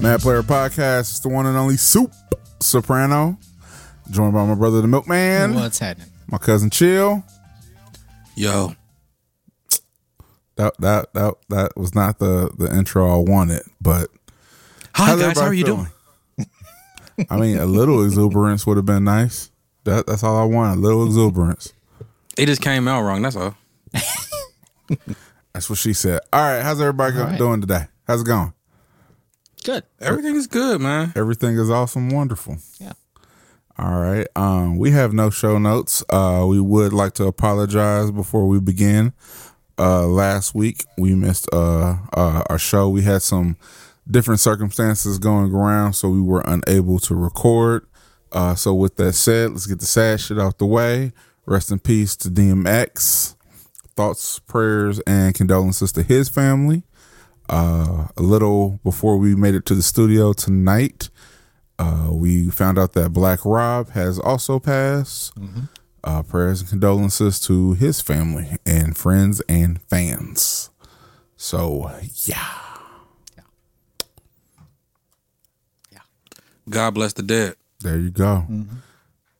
Mad Player Podcast. It's the one and only Soup Soprano, joined by my brother, the Milkman, What's happening? my cousin Chill. Yo, That that that that was not the the intro I wanted, but hi how's guys, how are everybody you doing? feeling? I mean, a little exuberance would have been nice. That that's all I want. A little exuberance. It just came out wrong. That's all. That's what she said. All right, how's everybody go- right. doing today? How's it going? Good. Everything is good, man. Everything is awesome, wonderful. Yeah. All right. Um, we have no show notes. Uh, we would like to apologize before we begin. Uh, last week we missed uh, uh our show. We had some different circumstances going around, so we were unable to record. Uh, so with that said, let's get the sad shit out the way. Rest in peace to DMX. Thoughts, prayers, and condolences to his family. Uh, a little before we made it to the studio tonight, uh, we found out that Black Rob has also passed. Uh, prayers and condolences to his family and friends and fans. So yeah, God bless the dead. there you go.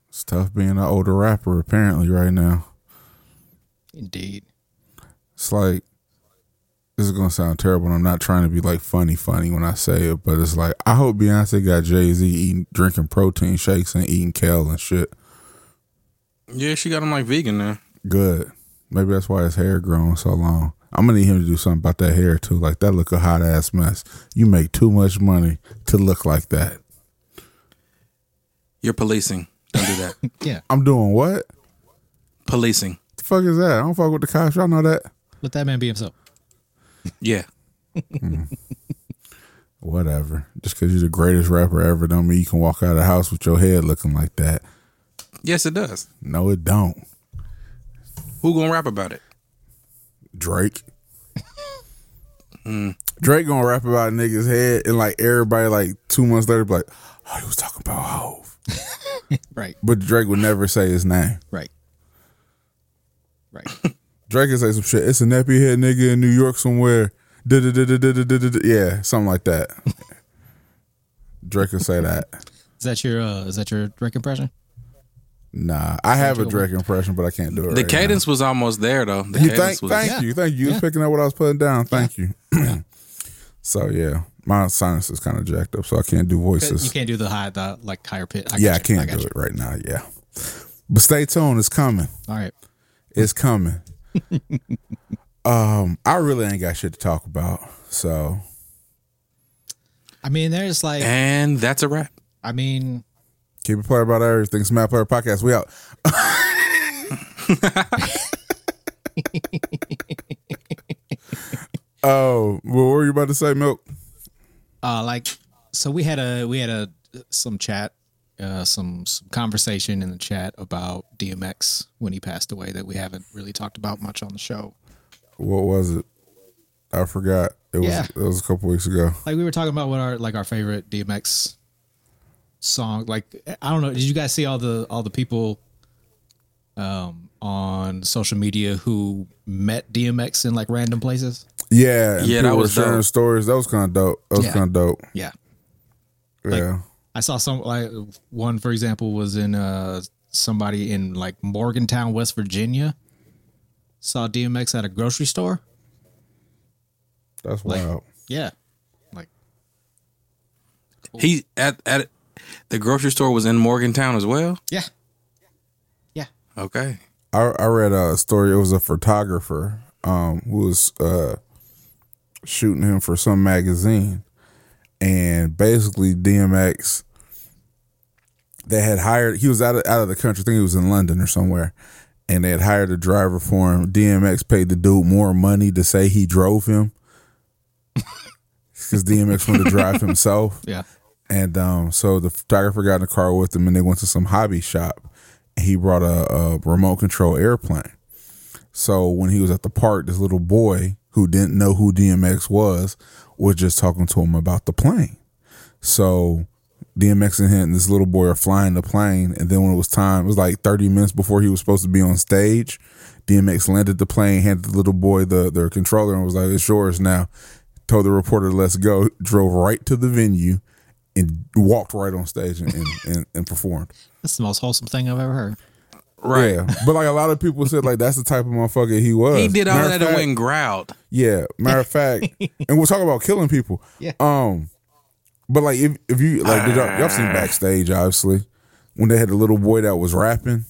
It's tough being an older rapper apparently right now. Indeed. It's like this is gonna sound terrible, and I'm not trying to be like funny, funny when I say it, but it's like I hope Beyonce got Jay Z eating, drinking protein shakes and eating kale and shit. Yeah, she got him like vegan now. Good. Maybe that's why his hair growing so long. I'm gonna need him to do something about that hair too. Like that look a hot ass mess. You make too much money to look like that. You're policing. Don't do that. Yeah. I'm doing what? policing. The fuck is that? I don't fuck with the cops. Y'all know that. Let that man be himself. Yeah. Whatever. Just cause you're the greatest rapper ever, don't mean you can walk out of the house with your head looking like that. Yes, it does. No, it don't. Who gonna rap about it? Drake. Drake gonna rap about a nigga's head and like everybody like two months later be like, oh, he was talking about Hove. Right. But Drake would never say his name. Right. Right. Drake can say some shit. It's a nappy head nigga in New York somewhere. Da-da-da-da-da-da-da-da. Yeah, something like that. Drake can say that. Is that your uh is that your Drake impression? Nah, I have a Drake impression, but I can't do it. The right cadence was almost there though. Now. The You cadence thank, was thank Yeah. you, thank you. You was picking up what I was putting down. Thank you. so yeah, my sinus is kind of jacked up, so I can't do voices. You can't do the high the like higher pitch. yeah, I can't do it right now. Yeah, but stay tuned. It's coming. All right. It's coming. um, I really ain't got shit to talk about. So I mean, there's like And that's a wrap. I mean Keep it player about everything. Smack Player Podcast. We out. oh, well, what were you about to say, Milk? uh like so we had a we had a some chat uh some, some conversation in the chat about DMX when he passed away that we haven't really talked about much on the show. What was it? I forgot. It was Yeah. it was a couple weeks ago. like we were talking about what our like our favorite DMX song. Like I don't know, did you guys see all the all the people um on social media who met DMX in like random places? Yeah, and Yeah, that people were was sharing dope. stories. That was kind of dope. That was Yeah. kind of dope. Yeah. Yeah, I saw some like one for example was in uh somebody in like Morgantown, West Virginia. Saw DMX at a grocery store. that's like- wild. Yeah. Like He at at the grocery store was in Morgantown as well. yeah. Yeah. Okay. I, I read a story. It was a photographer um, who was uh, shooting him for some magazine, and basically DMX. They had hired. He was out of out of the country. I think he was in London or somewhere, and they had hired a driver for him. DMX paid the dude more money to say he drove him because DMX wanted to drive himself. Yeah. And um, so the photographer got in the car with him, and they went to some hobby shop. And he brought a, a remote control airplane. So when he was at the park, this little boy who didn't know who DMX was was just talking to him about the plane. So DMX and him and this little boy are flying the plane, and then when it was time, it was like 30 minutes before he was supposed to be on stage. DMX landed the plane, handed the little boy the their controller, and was like, "It's yours now." told the reporter, let's go, drove right to the venue and walked right on stage and, and, and, and performed. That's the most wholesome thing I've ever heard. Right. Yeah. But like a lot of people said, like, that's the type of motherfucker he was. He did all Matter of that and fact- went and growled. Yeah. Matter of fact, and we'll talk about killing people. Yeah. Um, but like if if you like did y'all, y'all seen backstage obviously when they had the little boy that was rapping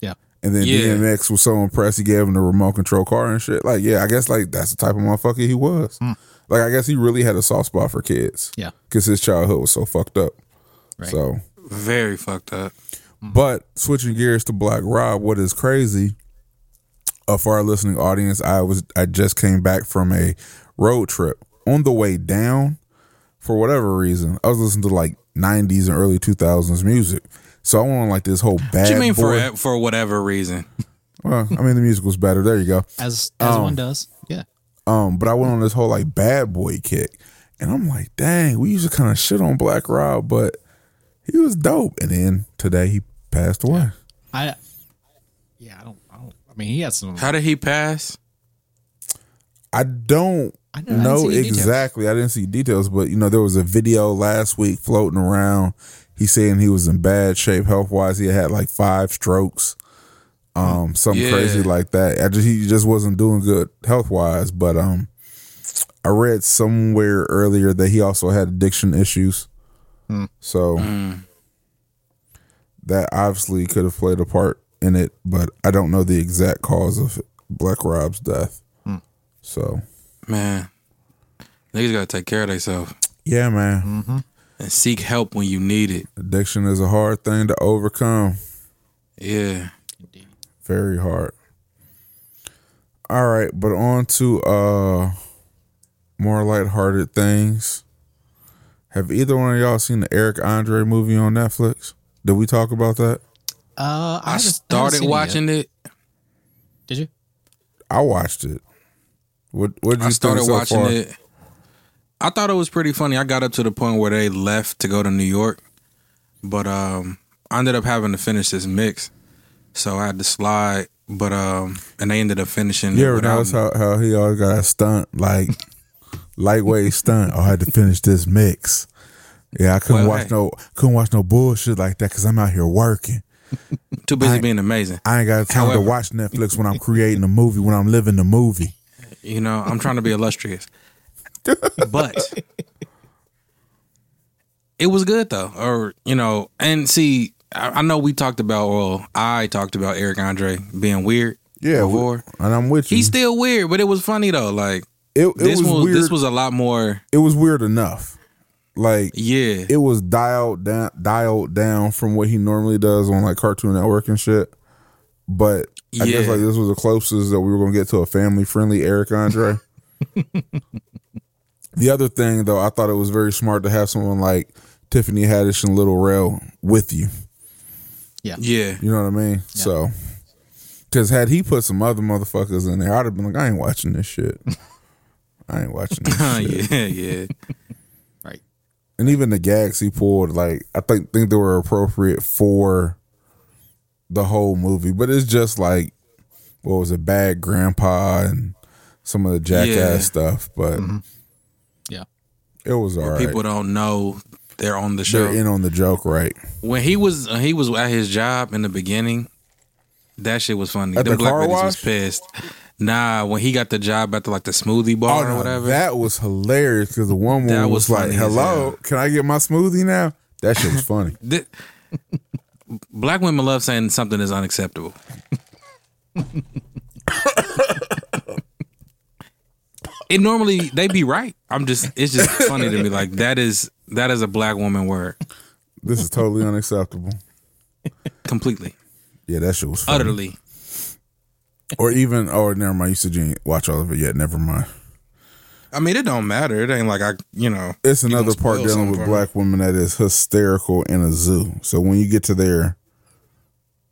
Yeah. and then Yeah. DMX was so impressed he gave him the remote control car and shit. Like yeah, I guess like that's the type of motherfucker he was. Hmm. Like I guess he really had a soft spot for kids. Yeah. Because his childhood was so fucked up. Right. So Very fucked up. but switching gears to Black Rob, what is crazy? Uh, for our listening audience, I was I just came back from a road trip. On the way down, for whatever reason, I was listening to like '90s and early 2000s music. So I went on like this whole bad What you mean boy. for e, for whatever reason? well, I mean the music was better. There you go. As as one does. Yeah. Um, but I went on this whole like bad boy kick, and I'm like, dang, we used to kind of shit on Black Rob, but he was dope. And then today he passed away. I Yeah, I don't I don't I mean he had some How did he pass? I don't I know- I didn't know see any details. exactly. I didn't see details, but you know, there was a video last week floating around. He saying he was in bad shape health wise. He had like five strokes, um, something Yeah. crazy like that. I just, he just wasn't doing good health wise. But um, I read somewhere earlier that he also had addiction issues. So that obviously could have played a part in it, but I don't know the exact cause of Black Rob's death. So Man, niggas gotta take care of themselves Yeah, man. and seek help when you need it. Addiction is a hard thing to overcome. Yeah. Very hard. All right, but on to uh more lighthearted things. Have either one of y'all seen the Eric Andre movie on Netflix? Did we talk about that? uh I, haven't- haven't started seen it yet. watching it. Did you? I watched it. What what did you I started think so watching far? it. I thought it was pretty funny. I got up to the point where they left to go to New York, but um, I ended up having to finish this mix, so I had to slide. But um, and they ended up finishing. You it ever without notice me. how, how he always got a stunt like lightweight stunt? Oh, I had to finish this mix. Yeah, I couldn't Well, watch hey. no couldn't watch no bullshit like that because I'm out here working. Too busy being amazing. I ain't got time However- to watch Netflix when I'm creating a movie, when I'm living the movie. You know, I'm trying to be illustrious. but it was good though. Or, you know, and see, I, I know we talked about, well, I talked about Eric Andre being weird. Before. and I'm with you. He's still weird, but it was funny though. Like Mm-hmm. it it this was was weird. this was a lot more it was weird enough. Like yeah. it was dialed down, dialed down from what he normally does on like Cartoon Network and shit. But I guess Yeah. like this was the closest that we were gonna get to a family friendly Eric Andre. the other thing though, I thought it was very smart to have someone like Tiffany Haddish and Little Rail with you. yeah. You know what I mean? So, because had he put some other motherfuckers in there, I'd have been like, I ain't watching this shit. I ain't watching this Huh, shit. yeah, yeah. Right. And even the gags he pulled, like, I think think they were appropriate for the whole movie. But it's just like, what was it, Bad Grandpa and some of the jackass Yeah. Mm-hmm. stuff. But Yeah. it was all right. People don't know they're on the show. They're in on the joke, right? when he was uh, he was at his job in the beginning, that shit was funny. At Them the black car ladies was wash? pissed. Nah, when he got the job at the like the smoothie Oh, bar or no, whatever. that was hilarious because the one That woman was, was like, funny as hello, hell. can I get my smoothie now? That shit was funny. Th- black women love saying something is unacceptable. it normally they be right. I'm just it's just funny to me. Like that is that is a black woman word This is totally unacceptable. completely, Yeah, that shit was funny. utterly. Or even, oh, never mind. You said you ain't watch all of it yet. Never mind. I mean, it don't matter. It ain't like I you know. It's another part spoil dealing something with for me. black women that is hysterical in a zoo. So when you get to there,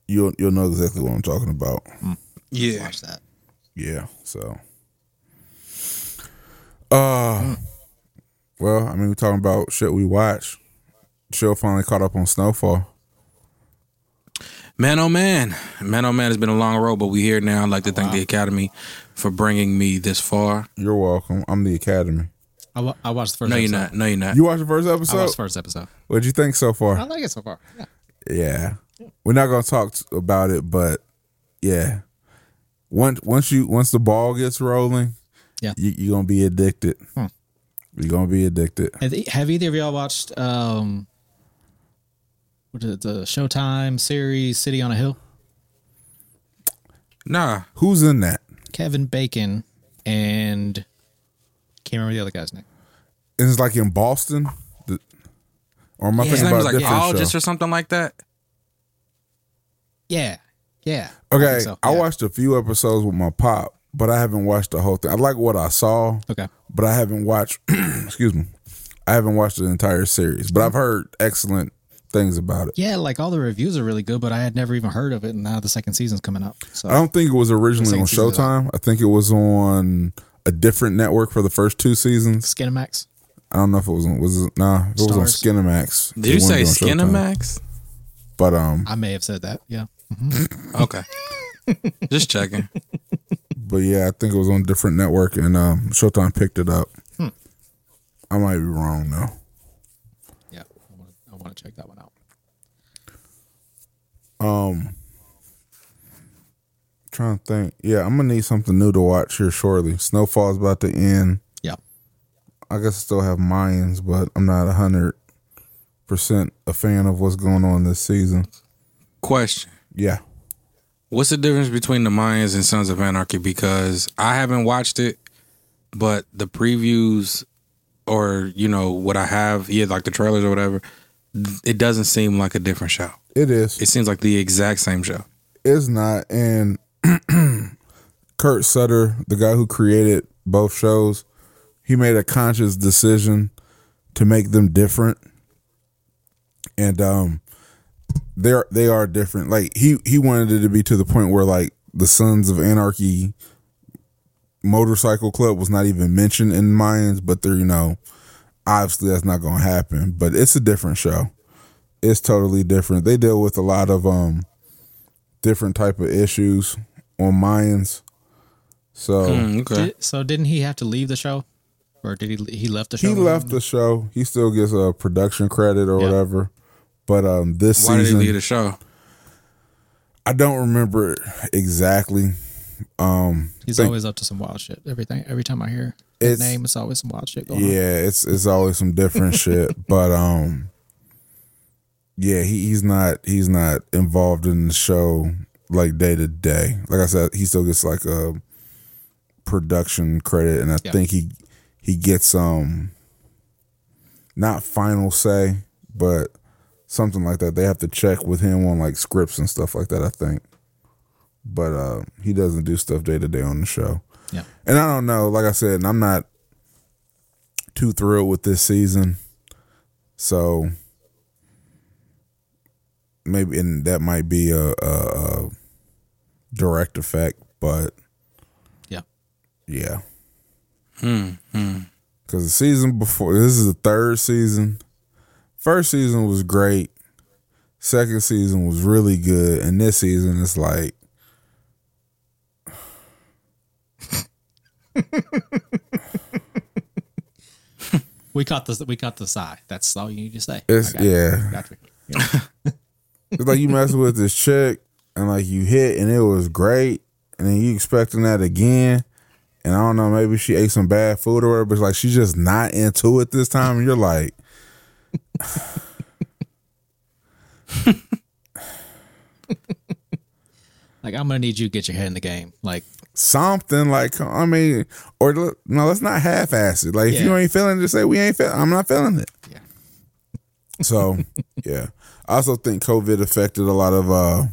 you'll you'll know exactly what I'm talking about. Yeah, Watch that. Yeah. So. Uh, well, I mean, we're talking about shit we watch. Chill finally caught up on Snowfall. man, oh man, man, oh man. It's been a long road, but we here now. I'd like to thank the Academy for bringing me this far. You're welcome. I'm the Academy. I, wa- I watched the first. No, you're episode. not. No, you're not. You watched the first I episode. watched the first episode. What'd you think so far? I like it so far. Yeah. Yeah. We're not gonna talk t- about it, but yeah. Once once you once the ball gets rolling, Yeah. you, you're gonna be addicted. Hmm. You're gonna be addicted. Have, e- have either of y'all watched um, what is it, the Showtime series City on a Hill? Nah. Who's in that? Kevin Bacon and can't remember the other guy's name. And it's like in Boston, The- or am I His thinking name about was a like different show? Ologist or something like that. Yeah, yeah. I okay, think so, I yeah. watched a few episodes with my pop, but I haven't watched the whole thing. I like what I saw, Okay, but I haven't watched. excuse me, I haven't watched the entire series, but I've heard excellent things about it. yeah. Like all the reviews are really good, but I had never even heard of it, and now the second season's coming out. So I don't think it was originally Second on season is Showtime. I think it was on a different network for the first two seasons. Skinamax. I I don't know if it was on was it, nah, if it was on Stars. Skinamax. Did you It say wasn't on Showtime. Skinamax? But um, may have said that. Yeah. Okay. Just checking. but yeah, I think it was on a different network, and um, Showtime picked it up. Hmm. I might be wrong though. Yeah, I want to I wanna check that one out. Um, Trying to think. Yeah, I'm gonna need something new to watch here shortly. Snowfall's about to end. Yeah, I guess I still have Mayans, but I'm not hundred percent a fan of what's going on this season. Question. Yeah. What's the difference between the Mayans and Sons of Anarchy? Because I haven't watched it, but the previews or, you know, what I have, yeah, like the trailers or whatever, th- it doesn't seem like a different show. It is. It seems like the exact same show. It's not. And Kurt Sutter, the guy who created both shows, he made a conscious decision to make them different. And um they're they are different. Like he he wanted it to be to the point where like the Sons of Anarchy motorcycle club was not even mentioned in Mayans, but they're you know, obviously that's not gonna happen. But it's a different show. It's totally different. They deal with a lot of um different type of issues on Mayans. So Mm, okay. Did, so didn't he have to leave the show, or did he? He left the show. he left the show. He still gets a production credit or whatever. But um, this Why did he season, leave the show? I don't remember exactly. He's Thank- always up to some wild shit. Everything. Every time I hear It's- his name, it's always some wild shit going on. Yeah, it's it's always some different shit. But um, yeah, he, he's not he's not involved in the show like day to day. Like I said, he still gets like a production credit, and I Yeah. think he he gets um not final say, but something like that. They have to check with him on like scripts and stuff like that. I think, but uh, he doesn't do stuff day to day on the show. Yeah. And I don't know, like I said, and I'm not too thrilled with this season. So maybe and that might be a, a, a direct effect, but Yeah. Hmm, yeah. Cause the season before this is the third season. First season was great. Second season was really good. And this season it's like We caught the we caught the sigh. That's all you need to say. It's- I got you. yeah. Got you. Yeah. It's like you messing with this chick and like you hit and it was great and then you expecting that again. And I don't know, maybe she ate some bad food or whatever, but like she's just not into it this time. And you're like, Like I'm gonna need you to get your head in the game. Like something like, I mean, or l- no, let's not half ass it. Like if you Yeah. ain't feeling it, just say, we ain't feeling I'm not feeling it. Yeah. So, yeah. I also think COVID affected a lot of uh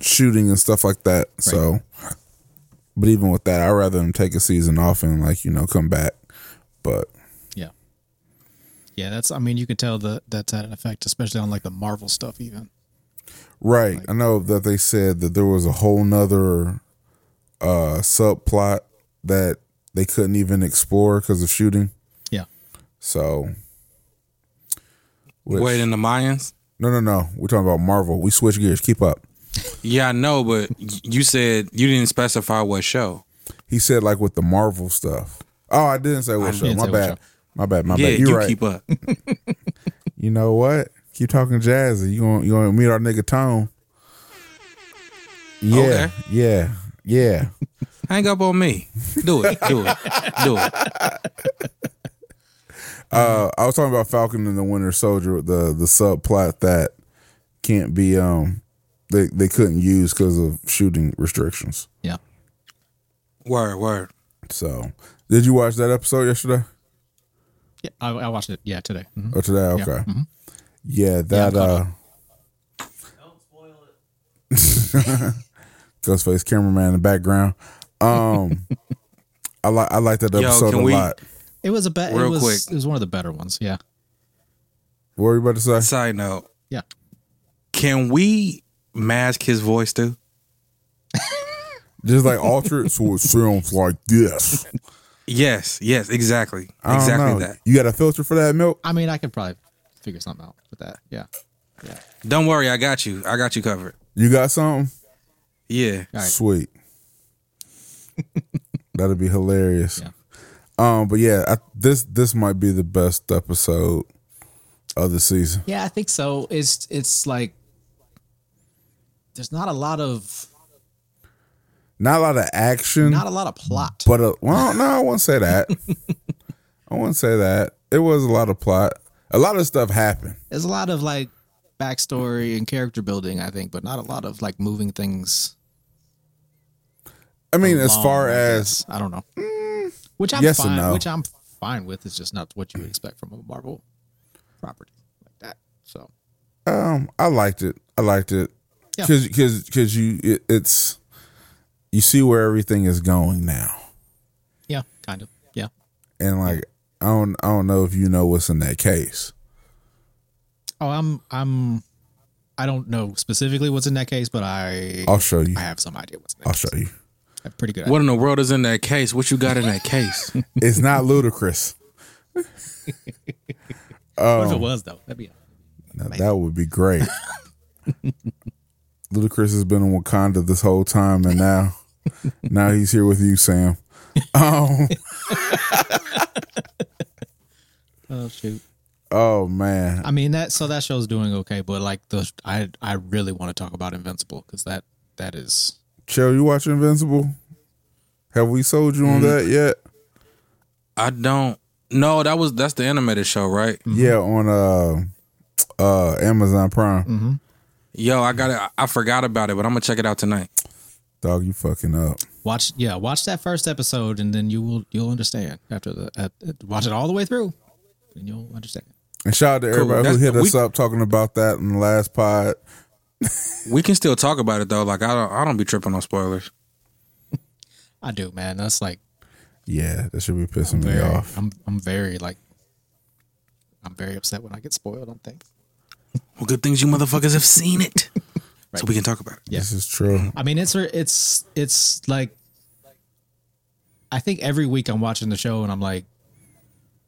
shooting and stuff like that. So, but even with that, I'd rather them take a season off and like, you know, come back. But yeah, yeah. That's I mean you can tell that that's had an effect, especially on like the Marvel stuff. Even Right. I know that they said that there was a whole nother uh subplot that they couldn't even explore because of shooting. yeah, So which- Wait, in the Mayans? No no no. We're talking about Marvel. We switch gears. Keep up. Yeah, I know, but y- you said you didn't specify what show. He said like with the Marvel stuff. Oh, I didn't say what show. didn't My say what bad. show. My bad. My Yeah, bad. you You're right. keep up. you know what? Keep talking jazzy. You gonna you gonna meet our nigga Tone. Yeah, Okay. yeah, yeah. Hang up on me. Do it. Do it. Do it. Uh, I was talking about Falcon and the Winter Soldier, the the subplot that can't be um they they couldn't use because of shooting restrictions. Yeah. Word, word. So, did you watch that episode yesterday yeah I, I watched it. Yeah, today. Mhm. or Oh, today? Okay, yeah, that uh. Ghostface cameraman in the background. Um, I like I like that Yo, episode can a we- lot. It was a bad. Real It was. quick. It was one of the better ones. Yeah. What were you about to say? Side note. Yeah. Can we mask his voice too? Just like alter it so it sounds like this. Yes, yes, exactly. I don't Exactly know. that. You got a filter for that milk? I mean, I could probably figure something out with that. Yeah. Don't worry, I got you. I got you covered. You got something? Yeah. All right. Sweet. That'd be hilarious. Yeah. Um, but yeah, I, this this might be the best episode of the season. Yeah, I think so. It's it's like there's not a lot of Not a lot of action, not a lot of plot. but a, well, no, I won't say that. I won't say that. It was a lot of plot. A lot of stuff happened. There's a lot of like backstory and character building, I think, but not a lot of like moving things. I mean, as far along, I as Mm, guess. I don't know, which I'm yes and fine, no. which I'm fine with. It's just not what you would expect from a Marvel property like that. So Um, I liked it. I liked it Yeah. because because you it, it's you see where everything is going now, yeah, kind of yeah. and like I don't I don't know if you know what's in that case. Oh, I'm I'm I don't know specifically what's in that case, but I I'll show you. I have some idea what's in that. I'll case. show you. I have pretty good. What in the world is in that case? What you got in that case? It's not ludicrous. Uh, What if it was though? That'd be Now, that would be great. Ludacris has been in Wakanda this whole time, and now now he's here with you, Sam. Um, oh shoot. oh man, I mean that so that show's doing okay, but like the I I really want to talk about Invincible because that that is Chill, you watch Invincible? Have we sold you on that yet? I don't No, that was that's the animated show, right? Yeah, on uh uh Amazon Prime. Yo, I got it. I forgot about it, but I'm gonna check it out tonight. Dog, you fucking up. watch yeah watch that first episode and then you will you'll understand after the uh, uh, watch it all the way through and you'll understand. And shout out to everybody That's- who hit us we- up talking about that in the last pod. We can still talk about it though. Like I don't I don't be tripping on spoilers. I do, man. That's like Yeah, that should be pissing me very, off. I'm I'm very like I'm very upset when I get spoiled on things. Well, good things you motherfuckers have seen it. So we can talk about it. Yeah. This is true. I mean, it's it's it's like I think every week I'm watching the show and I'm like,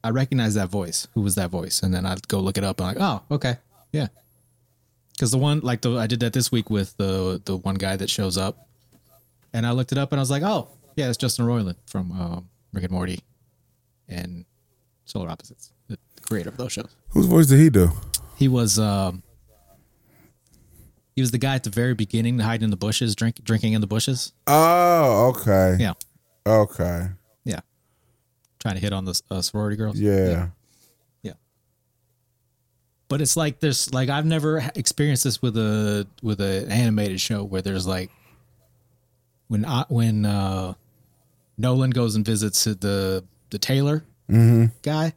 I recognize that voice. Who was that voice? And then I go look it up. And I'm like, oh, okay, yeah. Because the one like the I did that this week with the the one guy that shows up, and I looked it up and I was like, oh yeah, it's Justin Roiland from um, Rick and Morty, and Solar Opposites, the creator of those shows. Whose voice did he do? He was um he was the guy at the very beginning hiding in the bushes, drink drinking in the bushes. Oh, okay. Yeah. Okay. Yeah. Trying to hit on the uh, sorority girls. Yeah. Yeah. But it's like there's like I've never ha- experienced this with a with an animated show where there's like when I, when uh Nolan goes and visits the the Taylor guy.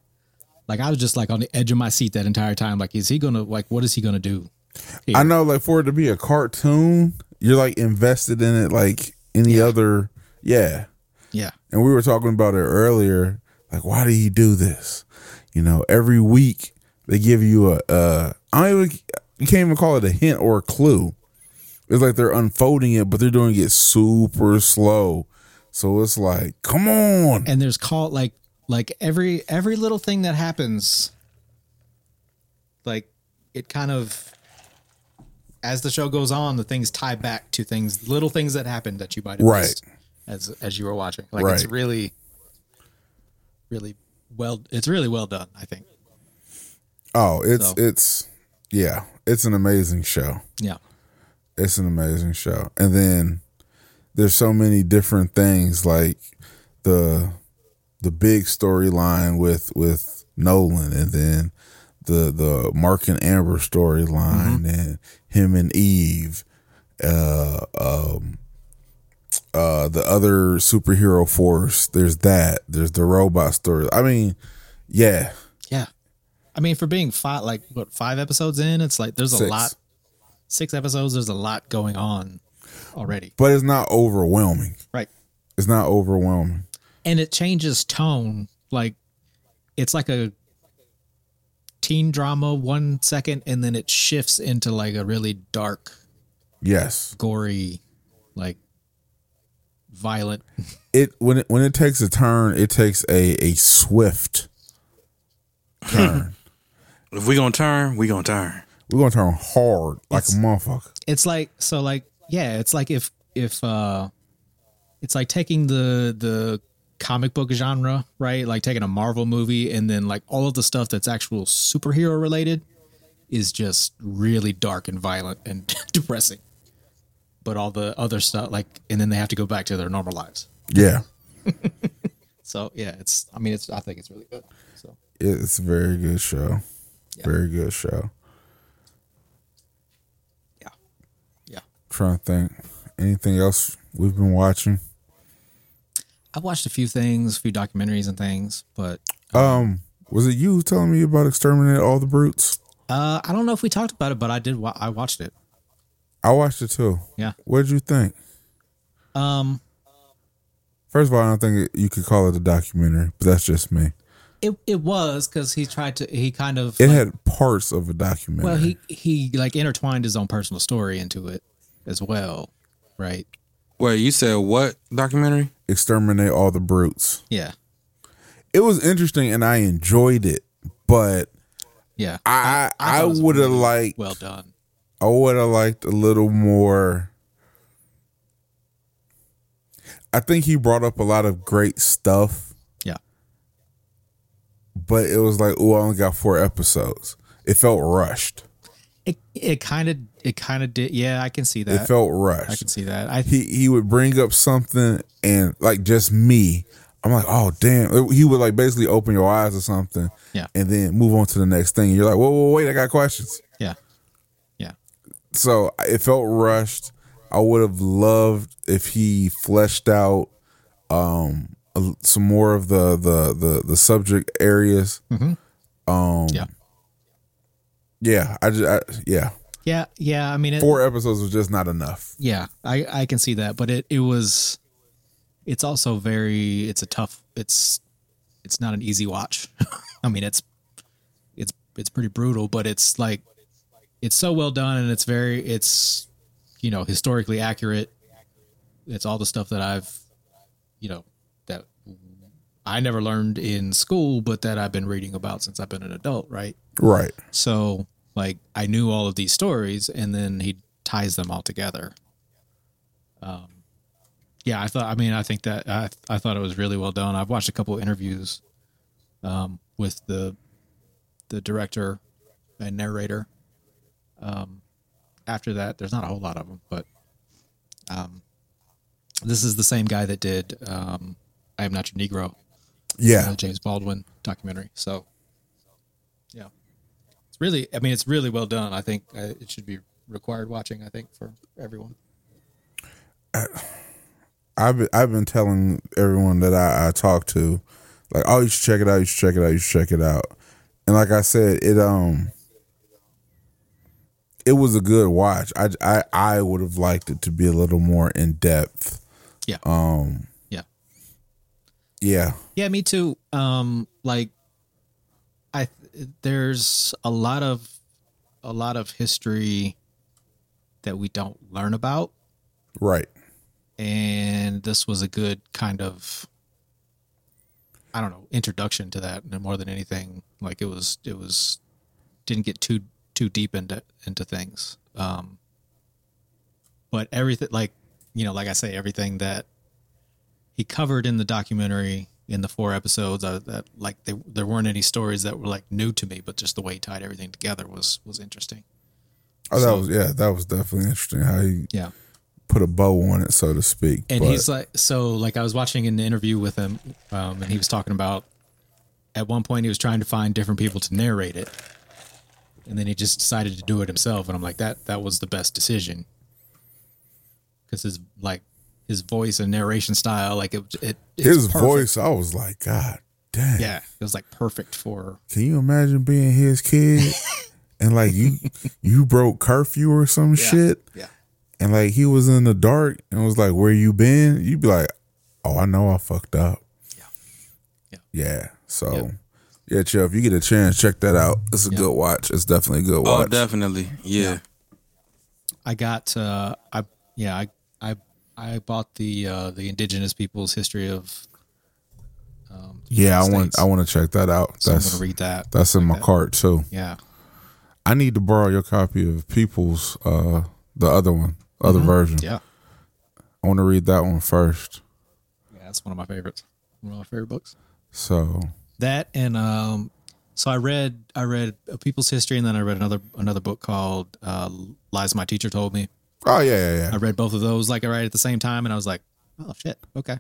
Like I was just like on the edge of my seat that entire time. Like, is he gonna like what is he gonna do? I know like for it to be a cartoon, you're like invested in it like any other yeah. Yeah. and we were talking about it earlier like why do you do this you know every week they give you a uh i don't even you can't even call it a hint or a clue it's like they're unfolding it but they're doing it super slow so it's like come on and there's call like like every every little thing that happens like it kind of as the show goes on the things tie back to things little things that happened that you might have Right. missed as as you were watching like it's Right. really really well. It's really well done. I think. Oh, it's So- it's yeah, it's an amazing show. Yeah. It's an amazing show. And then there's so many different things like the the big storyline with with Nolan and then the the Mark and Amber storyline and him and Eve uh um uh the other superhero force there's that there's the robot story i mean yeah Yeah. I mean, for being five, like what five episodes in, it's like there's a Six. lot. Six episodes. There's a lot going on already. but it's not overwhelming Right. it's not overwhelming and it changes tone like it's like a teen drama one second and then it shifts into like a really dark yes gory like violent it when it when it takes a turn, it takes a a swift turn. If we gonna turn, we gonna turn. We're gonna turn hard like a motherfucker. it's like so like yeah it's like if if uh it's like taking the the comic book genre right like taking a marvel movie and then like all of the stuff that's actual superhero related is just really dark and violent and depressing but all the other stuff like and then they have to go back to their normal lives Yeah, so yeah it's i mean it's i think it's really good so it's a very good show. Very good show. yeah yeah trying to think, anything else we've been watching? i've watched a few things a few documentaries and things but Um, was it you telling me about exterminate all the brutes? uh i don't know if we talked about it but i did wa- i watched it I watched it too. yeah What'd you think? um First of all, I don't think you could call it a documentary, but that's just me. It it was because he tried to he kind of It like- had parts of a documentary. well he he like intertwined his own personal story into it as well, right? Wait, you said what documentary? exterminate all the brutes. Yeah, It was interesting and I enjoyed it, but yeah. I I, thought it was would have really liked well done. I would have liked a little more. I think he brought up a lot of great stuff, Yeah, but it was like, oh, I only got four episodes. It felt rushed. it it kind of it kind of did. Yeah, I can see it that. felt I rushed. can see that. I he he would bring up something and like just me. I'm like, oh damn. He would like basically open your eyes or something, Yeah. and then move on to the next thing. And you're like, whoa, whoa, wait, I got questions. yeah, yeah, so it felt rushed. I would have loved if he fleshed out um, a- some more of the the the, the subject areas. mm-hmm. Um, yeah, Yeah, I just I, yeah, yeah, yeah. I mean, it, four episodes was just not enough. yeah, I I can see that. But it it was, it's also very. It's a tough. It's it's not an easy watch. I mean, it's it's it's pretty brutal, but it's like it's so well done and it's very it's you know historically accurate. It's all the stuff that I've you know that I never learned in school, but that I've been reading about since I've been an adult, right? Right. So like I knew all of these stories, and then he ties them all together. Um, yeah, I thought. I mean, I think that I I thought it was really well done. I've watched a couple of interviews um, with the the director and narrator. Um, after that, there's not a whole lot of them, but um, this is the same guy that did um, "I Am Not Your Negro," Yeah. the James Baldwin documentary. So, yeah, it's really. I mean, it's really well done. I think uh, it should be required watching. I think for everyone. I've been, I've been telling everyone that I, I talk to, like, oh, you should check it out. You should check it out. You should check it out. And like I said, it um, it was a good watch. I I, I would have liked it to be a little more in depth. Yeah. Um. Yeah. Yeah. Yeah, me too. Um, like, I there's a lot of a lot of history that we don't learn about, Right. and this was a good kind of. I don't know introduction to that and more than anything. Like it was, it was, didn't get too too deep into into things. Um, but everything like you know like i say everything that he covered in the documentary in the four episodes I, that like they, there weren't any stories that were like new to me, but just the way he tied everything together was was interesting. Oh, that So- was yeah, that was definitely interesting how he Yeah. put a bow on it, so to speak. and but he's like so like i was watching an interview with him um, and he was talking about at one point he was trying to find different people to narrate it and then he just decided to do it himself and i'm like that that was the best decision because his like his voice and narration style like it, it it's his perfect. voice, I was like, God damn. yeah it was like perfect for Can you imagine being his kid? and like you you broke curfew or some shit. yeah And like he was in the dark and was like, Where you been? You'd be like, Oh, I know I fucked up. Yeah. Yeah. So yeah, chill. If you get a chance, check that out. It's a good watch. It's definitely a good Oh, watch. definitely. Yeah. i got uh i yeah i i i bought the uh the indigenous people's history of yeah, I want States. I want to check that out. so i'm that's gonna read that that's in my cart too. yeah I need to borrow your copy of People's uh the other one, other version. Mm-hmm. yeah I want to read that one first. yeah that's one of my favorites one of my favorite books So that and um so i read i read a people's history and then i read another another book called uh lies my teacher told me Oh yeah, yeah, yeah. i read both of those like right at the same time and i was like oh shit okay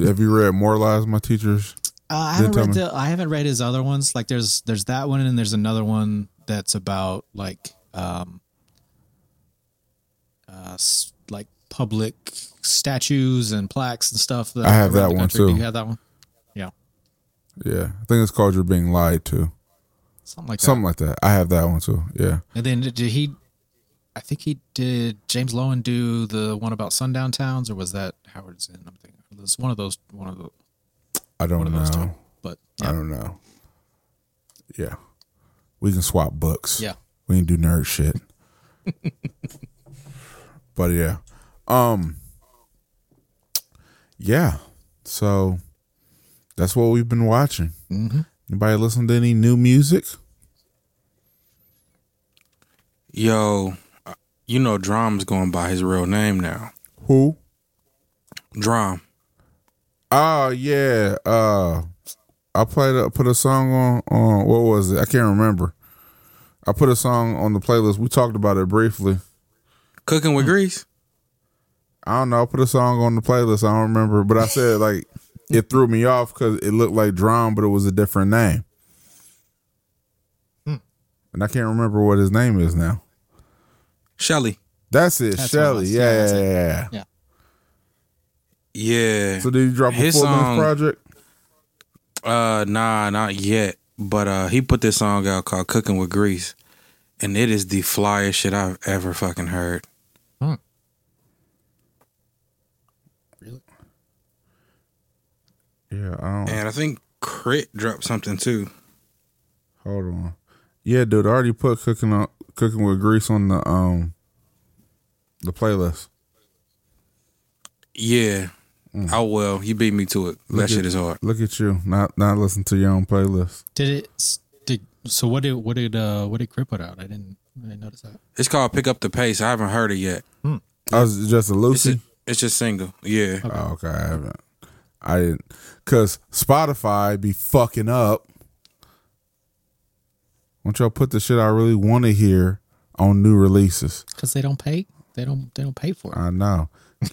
uh, Have you read More Lies, My Teachers? i Then haven't tell read me. the, i haven't read his other ones like there's there's that one and there's another one that's about like um uh s- like public statues and plaques and stuff that I have around that the one, country. do too. you have that one yeah Yeah, I think it's called "You're Being Lied To," something like that something like that. I have that one too. Yeah, And then did he? I think he did. James Lowen do the one about sundown towns, or was that Howard's Inn? I'm thinking it was one of those. One of the. I don't One of know. those two. But I yeah, don't know. Yeah, we can swap books. yeah. we can do nerd shit. but yeah, um, yeah. So that's what we've been watching. Anybody listen to any new music? Yo, uh, you know Drum's going by his real name now. Who? Drum. Oh yeah. Uh I played a, put a song on on what was it? I can't remember. I put a song on the playlist. We talked about it briefly. Cooking with grease. I don't know. I put a song on the playlist. I don't remember, but I said like it threw me off because it looked like Drum, but it was a different name. Hmm. And I can't remember what his name is now. Shelly. That's it, That's what it Shelly. was. Yeah, Yeah, yeah, that's yeah, it. yeah. Yeah. So did you drop a His full length song- project? Uh, nah, not yet. But uh, he put this song out called "Cooking with Grease," and it is the flyest shit I've ever fucking heard. Yeah, I don't. And I think Crit dropped something too. Hold on. Yeah, dude, I already put cooking on cooking with grease on the um the playlist. Yeah. Mm. Oh well, he beat me to it. that shit is hard. Look at you, not not listen to your own playlist. Did it? s- Did so? What did what did uh what did Crip put out? I didn't I didn't notice that. It's called "Pick Up the Pace." I haven't heard it yet. I was Oh, just a It's a, Lucy. it's just single. Yeah. Oh, okay, I haven't. I didn't cause Spotify be fucking up. Won't y'all put the shit I really want to hear on new releases? Because they don't pay. They don't. They don't pay for it. I know.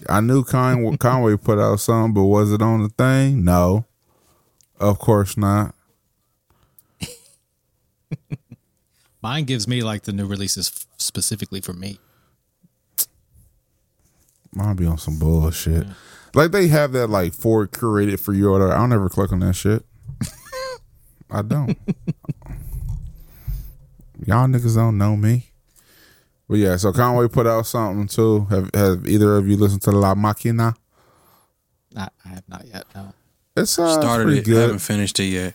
I knew Con- Conway put out some, but was it on the thing? No. Of course not. Mine gives me like the new releases f- specifically for me. Mine be on some bullshit. Like they have that like four curated for you order. I don't ever click on that shit. I don't. Y'all niggas don't know me. But yeah, so Conway put out something too. Have have either of you listened to La Machina? I, I have not yet. No. It's, uh, it's Started pretty it. good. Haven't finished it yet.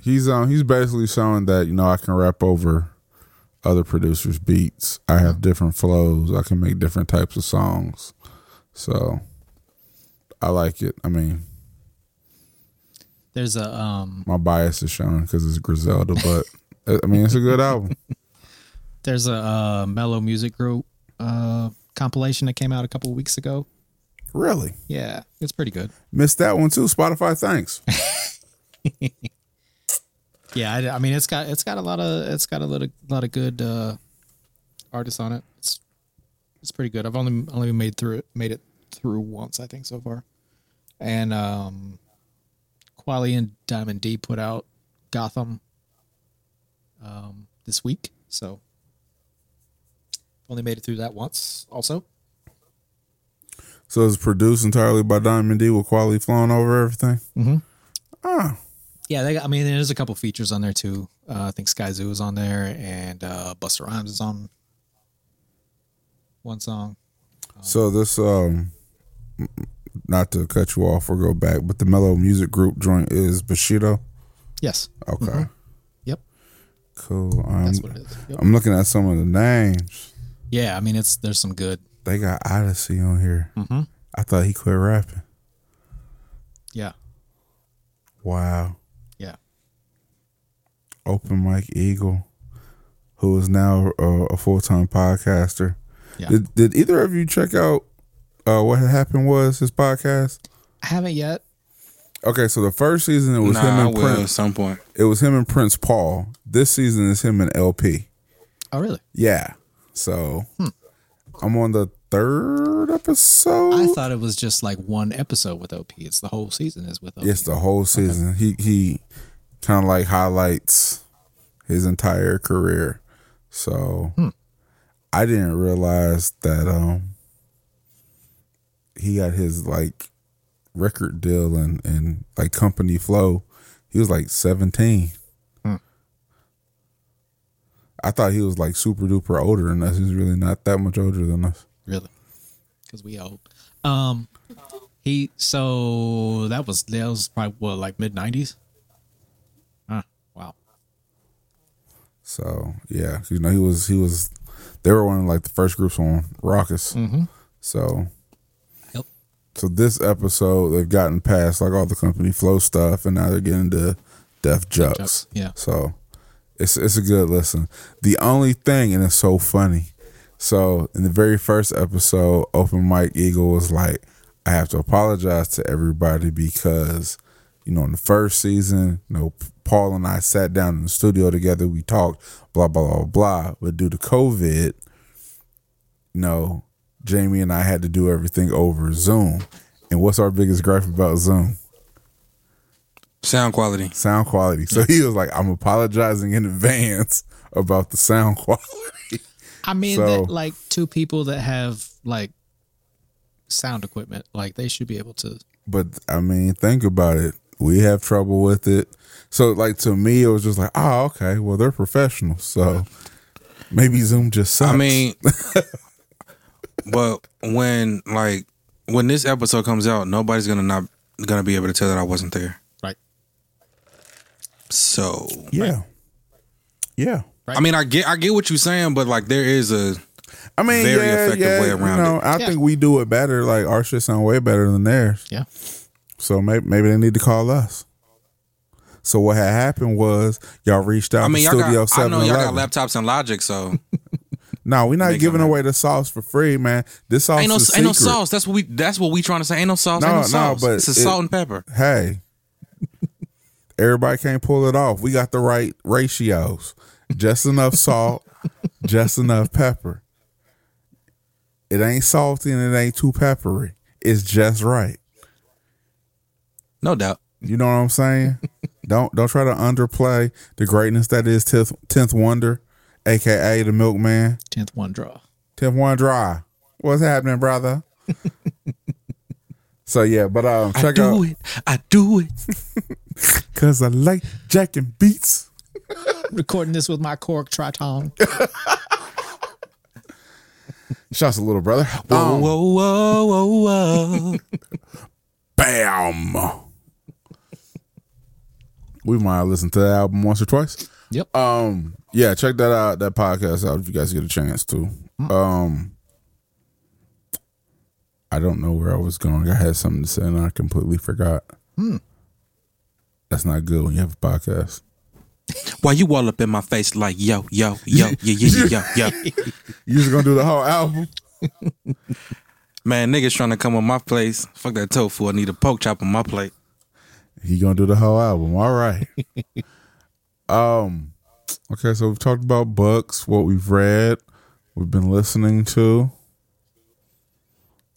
He's um he's basically showing that you know I can rap over other producers' beats. I have different flows. I can make different types of songs. So I like it. I mean, There's a um. my bias is shown because it's Griselda, but I mean it's a good album. There's a uh, mellow music group uh compilation that came out a couple of weeks ago. Really Yeah, it's pretty good. missed that one too. Spotify, thanks. yeah, I, I mean it's got it's got a lot of it's got a lot of lot of good uh, artists on it. It's it's pretty good. I've only only made through it made it through once I think so far, and um, Quali and Diamond D put out Gotham um, this week, so only made it through that once. Also, So it's produced entirely by Diamond D with quality flowing over everything. Mhm. Ah, Yeah, they got, I mean, there's a couple features on there too. Uh, I think Sky Zoo is on there, and uh, Buster Rhymes is on one song. so this um, not to cut you off or go back, but the Mellow Music Group joint is Bushido. Yes, Okay, Mm-hmm. yep, cool. I'm, that's what it is. Yep. I'm looking at some of the names. Yeah, I mean, it's there's some good. They got Odyssey on here. Mhm. I thought he quit rapping. Yeah, Wow. yeah, Open Mike Eagle, who is now a, a full time podcaster. Yeah. Did, did either of you check out uh, what had happened was his podcast? I haven't yet. Okay, so the first season it was nah, him I and will at Prince. some point. It was him and Prince Paul. This season is him and LP. Oh, really? Yeah. So Hmm. I'm on the third episode. I thought it was just like one episode with OP. It's the whole season is with OP. Yes, the whole season. He he kind of like highlights his entire career. So I didn't realize that um he got his like record deal and and like company flow. He was like 17. I thought he was like super duper older than us. He's really not that much older than us. Really? Because we old. Um, he so that was that was probably what like mid '90s. Huh. Wow. So yeah, you know he was he was they were one of like the first groups on Raucous. So Yep. so this episode they've gotten past like all the company flow stuff, and now they're getting to Def Jux. Jux, yeah. So it's it's a good listen. The only thing, and it's so funny. So in the very first episode, Open Mike Eagle was like, "I have to apologize to everybody because." you know, in the first season, you know, Paul and I sat down in the studio together. We talked, blah, blah, blah, blah. But due to COVID, you know, Jamie and I had to do everything over Zoom. And what's our biggest gripe about Zoom? Sound quality. Sound quality. So he was like, I'm apologizing in advance about the sound quality. I mean, So- that, like two people that have like sound equipment, like they should be able to. But I mean, think about it. We have trouble with it. So, like, to me, it was just like, oh, okay, well, they're professionals. So maybe Zoom just sucks. I mean, but when like when this episode comes out, nobody's gonna not gonna be able to tell that I wasn't there. Right. So Yeah. Yeah. Right. I mean, I get I get what you're saying, but like there is a I mean, Very yeah, effective yeah, way around you know, I Yeah. think we do it better. Like our shit sound way better than theirs. Yeah. So maybe maybe they need to call us. So what had happened was y'all reached out I mean, to y'all Studio got, I know y'all 711. got laptops and Logic, so No, we're not Make giving them away the sauce for free, man. This sauce ain't no is ain't no secret. sauce. That's what we that's what we trying to say. Ain't no sauce. ain't No, no no, sauce. but it's a it- salt and pepper. Hey, everybody can't pull it off. We got the right ratios. Just enough salt, just enough pepper. It ain't salty and it ain't too peppery. It's just right. No doubt. You know what I'm saying? don't don't try to underplay the greatness that is tenth, tenth wonder, aka the milkman. Tenth one draw. Tenth one dry. What's happening, brother? so yeah, but um I check do out it. I do it. cause I like Jack and Beats. Recording this with my cork tritone. Shouts a little brother. Whoa, Oh, whoa, whoa, whoa, whoa. Bam. we might listen to that album once or twice. Yep. Um, yeah, check that out, that podcast out if you guys get a chance to. Um I don't know where I was going. I had something to say and I completely forgot. That's not good when you have a podcast. Why you all up in my face like yo, yo, yo, yo, yo, yo, yo, yo. You just gonna do the whole album. Man, niggas trying to come on my place. Fuck that tofu. I need a poke chop on my plate. He gonna do the whole album. All right. um. Okay, so we've talked about books, what we've read, we've been listening to.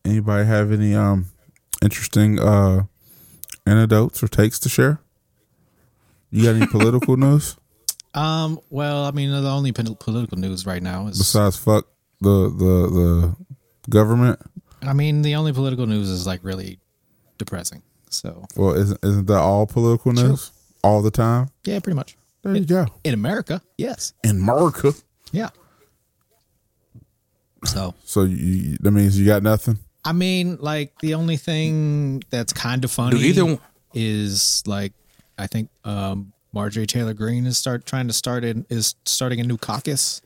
Anybody have any um interesting uh anecdotes or takes to share? You got any political news Um. Well, I mean, the only pol- political news right now is. besides fuck the the the government? I mean, the only political news is like really depressing. So Well, isn't isn't that all political news all the time? yeah, pretty much There you go. in America. Yes. In America, Yeah. So so you- you, that means you got nothing. I mean, like the only thing that's kind of funny Do either one- is like I think um, Marjorie Taylor Greene is start trying to start in is starting a new caucus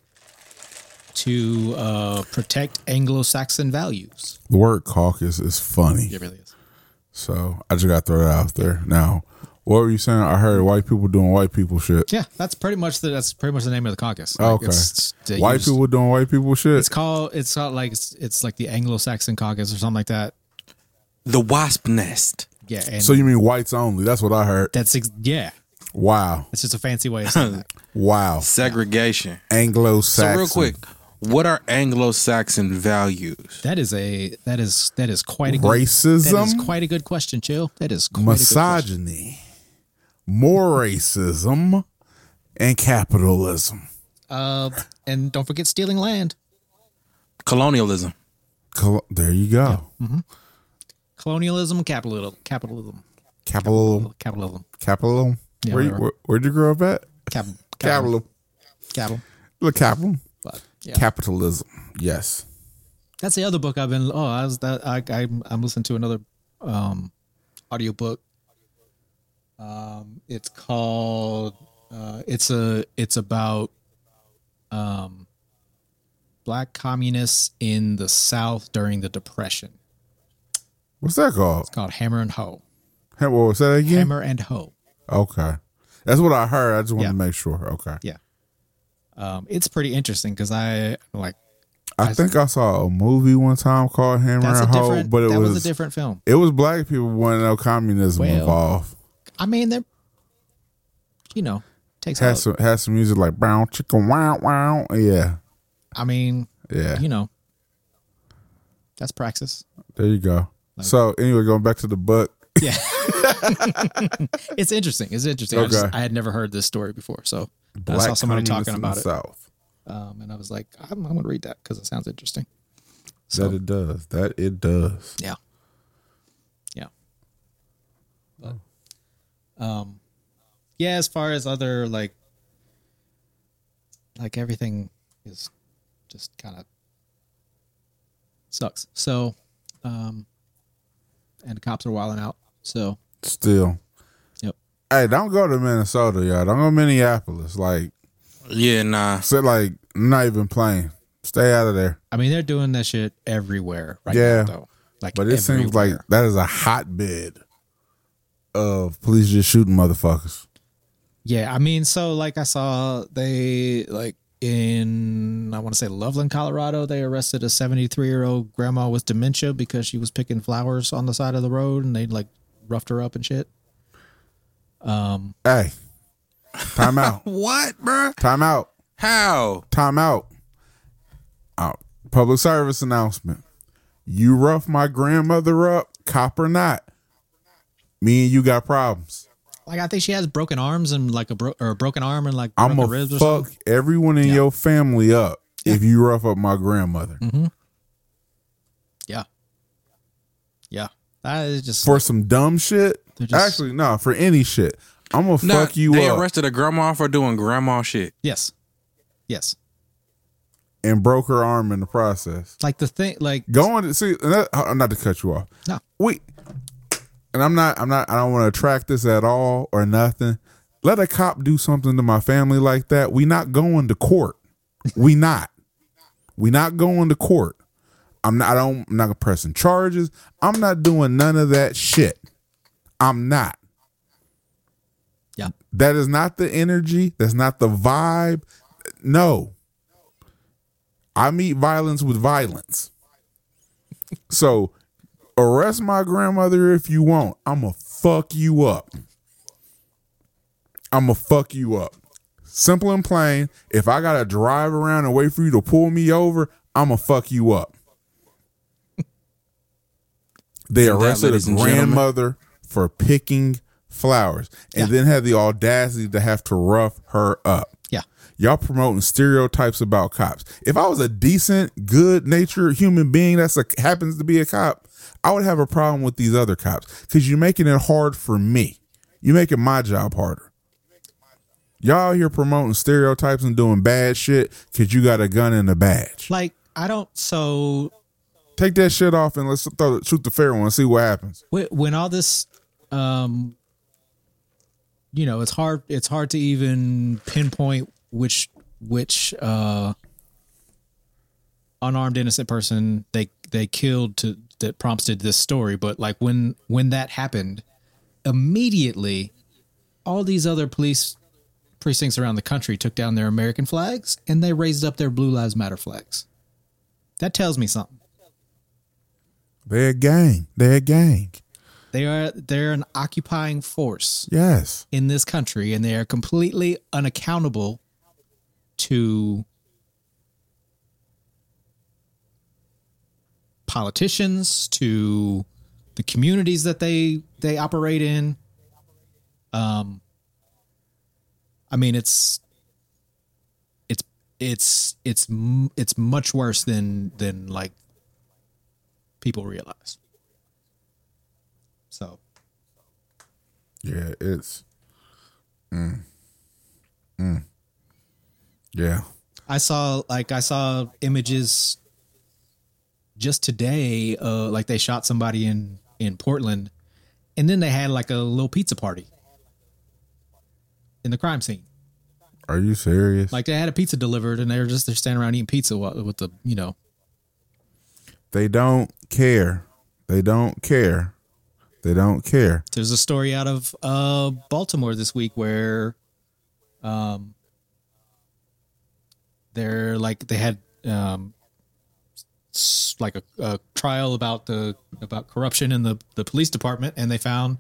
to uh, protect Anglo-Saxon values. The word caucus is funny. It really is. So I just got to throw that out there. Now, what were you saying? I heard white people doing white people shit. Yeah, that's pretty much the that's pretty much the name of the caucus. Like, okay. it's- they white use- people doing white people shit. It's called it's called like it's, it's like the Anglo-Saxon caucus or something like that. The wasp nest. Yeah, and So you mean whites only? That's what I heard. that's ex- yeah. Wow. It's just a fancy way of saying that. Wow. Segregation. Anglo So Saxon. real quick, what are Anglo-Saxon values? That is a that is that is quite a good, That is Racism? quite a good question, Chill. That is quite a good question. Misogyny. More racism and capitalism. Uh, and don't forget stealing land, Colonialism. Col- there you go. colonialism, capitalism, capitalism, Capital. capitalism, Capitalism. Yeah, where, you- whatever. where, where'd you grow up at? cap, capital, Capitalism. capital. Look, capitalism. But yeah, Capitalism. Yes. that's the other book I've been. Oh, I was that I, I I'm listening to another um audiobook. Um, it's called. Uh, it's a it's about um black communists in the South during the Depression. What's that called? It's called Hammer and Hoe. Hey, what was that again? Hammer and Hoe. Okay. That's what I heard. I just wanted Yeah. to make sure. Okay. Yeah. Um, it's pretty interesting because I like I, think I saw a movie one time called Hammer that's a and Hoe, different but it that was, was, a different film. it was black people wanting no communism Well, involved. I mean, they're you know takes. Had Out, some had some music like brown chicken wow wow. Yeah. I mean, Yeah. you know, that's praxis. There you go. so anyway, going back to the book. Yeah, it's interesting. It's interesting. I, just- Okay. I had never heard this story before, so I saw somebody talking about it, South. um, and I was like, I'm, I'm going to read that because it sounds interesting. So That it does. That it does. Yeah. Yeah. But um yeah, as far as other like like everything is just kind of sucks. So um and the cops are wilding out. So Still. Yep. Hey, don't go to Minnesota, y'all. Don't go to Minneapolis. Like Yeah, nah. say like not even playing. Stay out of there. I mean they're doing that shit everywhere right Yeah. now though. Like But it seems like everywhere. that is a hotbed of police just shooting motherfuckers. Yeah, I mean, so like I saw they like in I want to say Loveland, Colorado, they arrested a 73 year old grandma with dementia because she was picking flowers on the side of the road and they like roughed her up and shit. Hey, time out, What, bruh? time out, How? time out. Uh, public service announcement: You rough my grandmother up, cop or not, me and you got problems. Like I think she has broken arms and like a bro- or a broken arm and like I'm broken gonna ribs or fuck something. everyone in your family up if you rough up my grandmother Mm-hmm. Yeah, yeah. That is just for some dumb shit. They're just- Actually, no, for any shit. I'm gonna Nah, fuck you they up arrested a grandma for doing grandma shit. yes, yes. and broke her arm in the process. Like the thing, like going to see and that- uh, not to cut you off no, we and i'm not i'm not i don't want to attract this at all or nothing let a cop do something to my family like that we not going to court we not we not going to court i'm not i don't i'm not pressing charges i'm not doing none of that shit i'm not yeah, that is not the energy. That's not the vibe. No. I meet violence with violence. So arrest my grandmother if you want. I'm going to fuck you up. I'm gonna fuck you up. Simple and plain. If I gotta drive around and wait for you to pull me over, I'm gonna fuck you up. They And that, arrested a ladies and gentlemen- grandmother for picking flowers and then had the audacity to have to rough her up. Yeah. Y'all promoting stereotypes about cops. If I was a decent, good natured human being that's a happens to be a cop, I would have a problem with these other cops because you're making it hard for me. You're making my job harder. Y'all out here promoting stereotypes and doing bad shit because you got a gun and a badge. Like I don't. So Take that shit off and let's throw, shoot the fair one and see what happens. when, when all this um you know it's hard it's hard to even pinpoint which which uh unarmed innocent person they they killed to that prompted this story but like when when that happened immediately all these other police precincts around the country took down their american flags and they raised up their blue lives matter flags that tells me something They're a gang. They're a gang. they are they're an occupying force Yes. in this country and they are completely unaccountable to politicians to the communities that they they operate in um i mean it's it's it's it's m- it's much worse than than like people realize so Yeah, it's. Mm. Mm. Yeah. I saw like I saw images just today. Uh, like they shot somebody in in Portland, and then they had like a little pizza party in the crime scene. Are you serious? Like they had a pizza delivered, and they were just they're standing around eating pizza while, with the you know They don't care. They don't care. They don't care. there's a story out of uh, Baltimore this week where, um, they're like they had um, s- like a, a trial about the about corruption in the the police department, and they found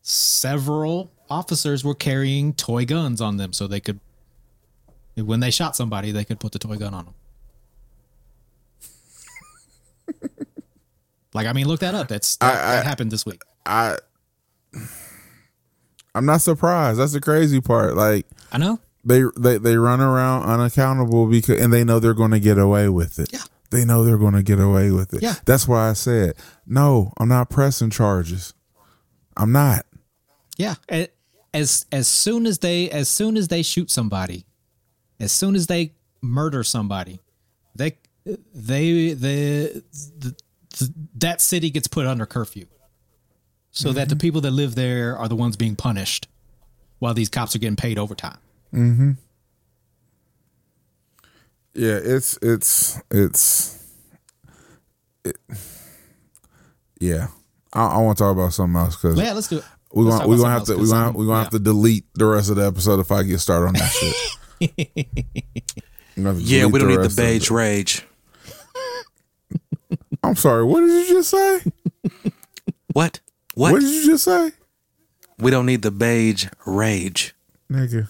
several officers were carrying toy guns on them, so they could when they shot somebody, they could put the toy gun on them. Like I mean, look that up. That's that, I- I- that happened this week. I I'm not surprised. That's the crazy part. Like I know. they they they run around unaccountable because and they know they're going to get away with it. Yeah. They know they're going to get away with it. Yeah. That's why I said, "No, I'm not pressing charges. I'm not." Yeah. A- As as soon as they as soon as they shoot somebody, as soon as they murder somebody, they they the, the, the that city gets put under curfew. So that the Mm-hmm. people that live there are the ones being punished while these cops are getting paid overtime. Yeah, it's it's it's it, yeah. I, I want to talk about something else because Yeah, let's do it. we Let's gonna talk we about gonna have to something we else, 'cause gonna I'm- we gonna have to delete the rest of the episode if I get started on that shit. I'm gonna have to Yeah, delete we don't need the rest of it. beige rage. I'm sorry. What did you just say? What? what? What? did you just say, we don't need the beige rage. nigga?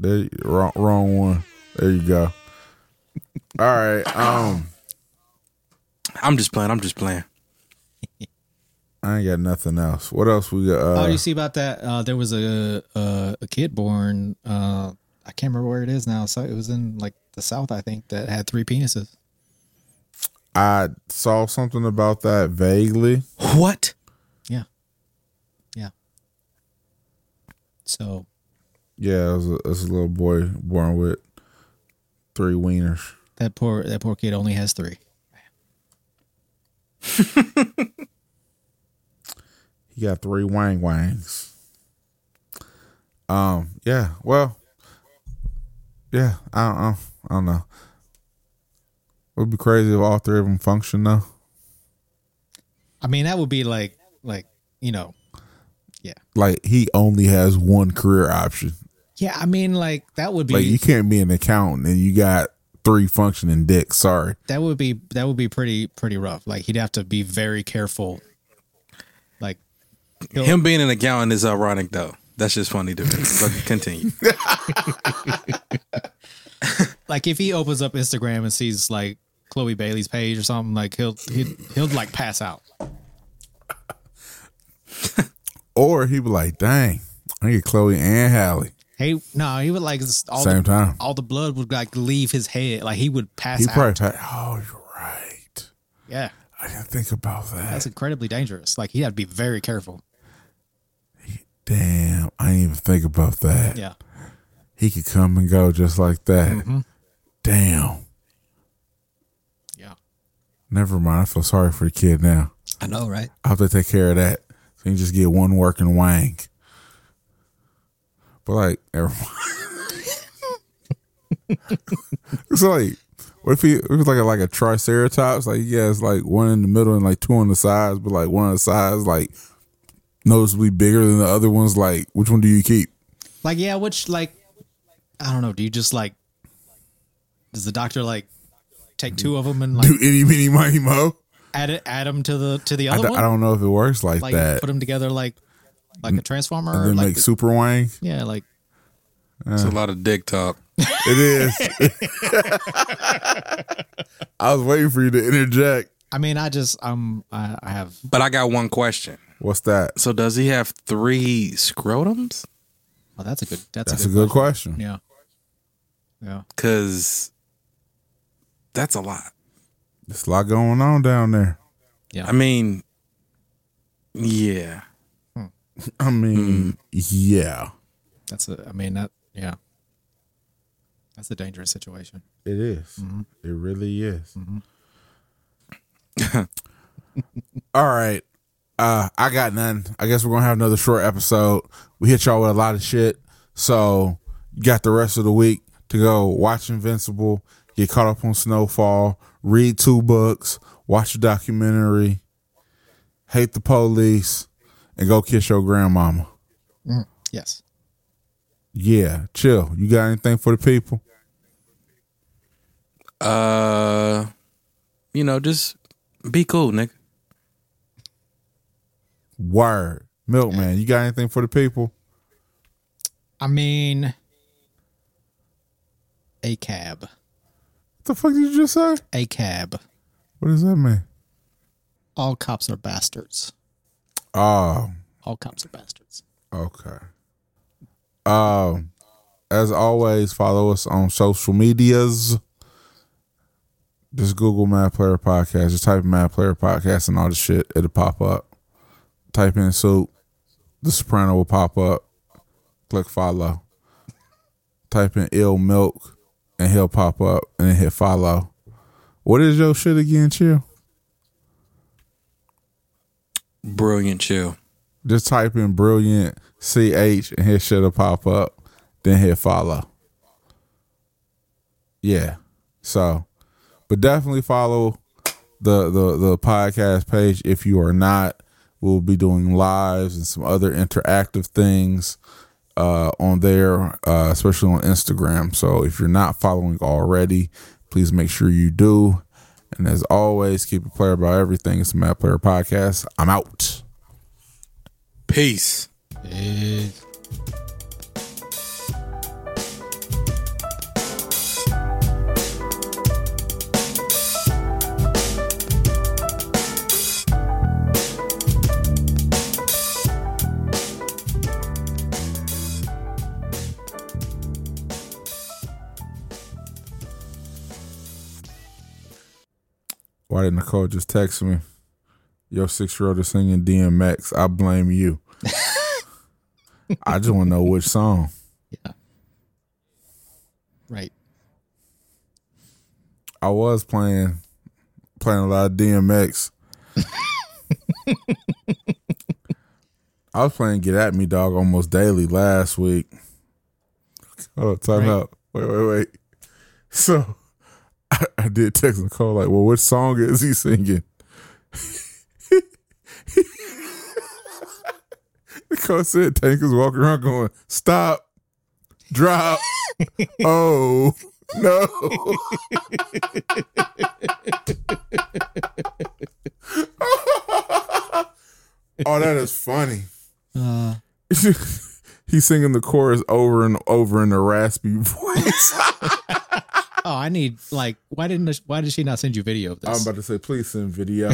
There, wrong, wrong one. There you go. All right. Um, I'm just playing. I'm just playing. I ain't got nothing else. What else we got? Oh, Uh, you see about that? Uh, there was a, uh, a a kid born. Uh, I can't remember where it is now. So it was in like the south, I think, that had three penises. I saw something about that vaguely. What? Yeah. Yeah. So Yeah, it was a, it was a little boy born with three wieners. that poor that poor kid only has three. He got three wang wangs. Um, yeah, well, yeah, I don't, I don't, I don't know. It would be crazy if all three of them function though. I mean, that would be like like you know, yeah, Like he only has one career option. yeah. I mean, like that would be Like you can't be an accountant and you got three functioning dicks. Sorry. that would be that would be pretty pretty rough. Like he'd have to be very careful. Like Him being an accountant is ironic, though. That's just funny to me. But continue. Like if he opens up Instagram and sees like Chloe Bailey's page or something, like he'll he'll, he'll like pass out. Or he be like, dang, I get Chloe and Hallie. He no, he would like all Same the, time. All the blood would like leave his head. Like he would pass He out. probably, type- oh, you're right. Yeah, I didn't think about that. that's incredibly dangerous. Like he had to be very careful. Damn, I didn't even think about that. Yeah, He could come and go just like that. Mm-hmm. Damn. yeah. Never mind. I feel sorry for the kid now. I know, right? I have to take care of that. So you just get one working wang. But like, never mind. it's like, what if he it was like a, like a triceratops? Like, yeah, it's like one in the middle and like two on the sides, but like one on the sides like noticeably bigger than the other ones. Like, which one do you keep? Like yeah, which like I don't know. Do you just like does the doctor like take two of them and like Do any mini mighty mo? add it, add them to the to the I other don't, Mm, one? I don't know if it works like, like that. put them together like like a transformer or Then like make super wang. yeah like It's Uh. a lot of dick talk. It is. I was waiting for you to interject. I mean I just um I, I have But I got one question. What's that? So does he have three scrotums? well that's a good that's, That's a good question. yeah yeah Cause that's a lot. There's a lot going on down there. I mean, yeah. I mean, Mm. yeah, that's a I mean that yeah that's a dangerous situation it is. It really is. All right, uh, I got none. I guess we're gonna have another short episode. We hit y'all with a lot of shit, so you got the rest of the week to go watch Invincible, get caught up on Snowfall, read two books, watch a documentary, hate the police, and go kiss your grandmama. Mm. yes Yeah, chill. You got anything for the people? Uh, you know, just be cool, nigga. Word. Milkman, you got anything for the people? I mean a cab What the fuck did you just say? a cab What does that mean? all cops are bastards Oh, all cops are bastards okay. Um, as always, follow us on social medias. Just Google Mad Player Podcast. Just type in Mad Player Podcast and all the shit. It'll pop up. Type in soup. The Soprano will pop up. Click follow. Type in ill milk and he'll pop up and then hit follow. What is your shit again, chill? Brilliant chill. Just type in brilliant CH and his shit'll pop up. Then hit follow. Yeah. So but definitely follow the the the podcast page if you are not. We'll be doing lives and some other interactive things uh on there, uh, especially on Instagram. So if you're not following already, please make sure you do. And as always, keep it player about everything. It's the Mad Player Podcast. I'm out. Peace. Why did Nicole just text me? Your six year old is singing DMX. I blame you. I just want to know which song. yeah right I was playing playing a lot of DMX. I was playing Get At Me Dog almost daily last week. Hold up, time Right. out. Wait, wait, wait. So I, I did text Nicole like, well, which song is he singing? Nicole said Tank is walking around going, stop, drop, oh, no. oh, that is funny. uh she He's singing the chorus over and over in a raspy voice. Oh, I need like why didn't why did she not send you video of I'm this? about to say, please send video.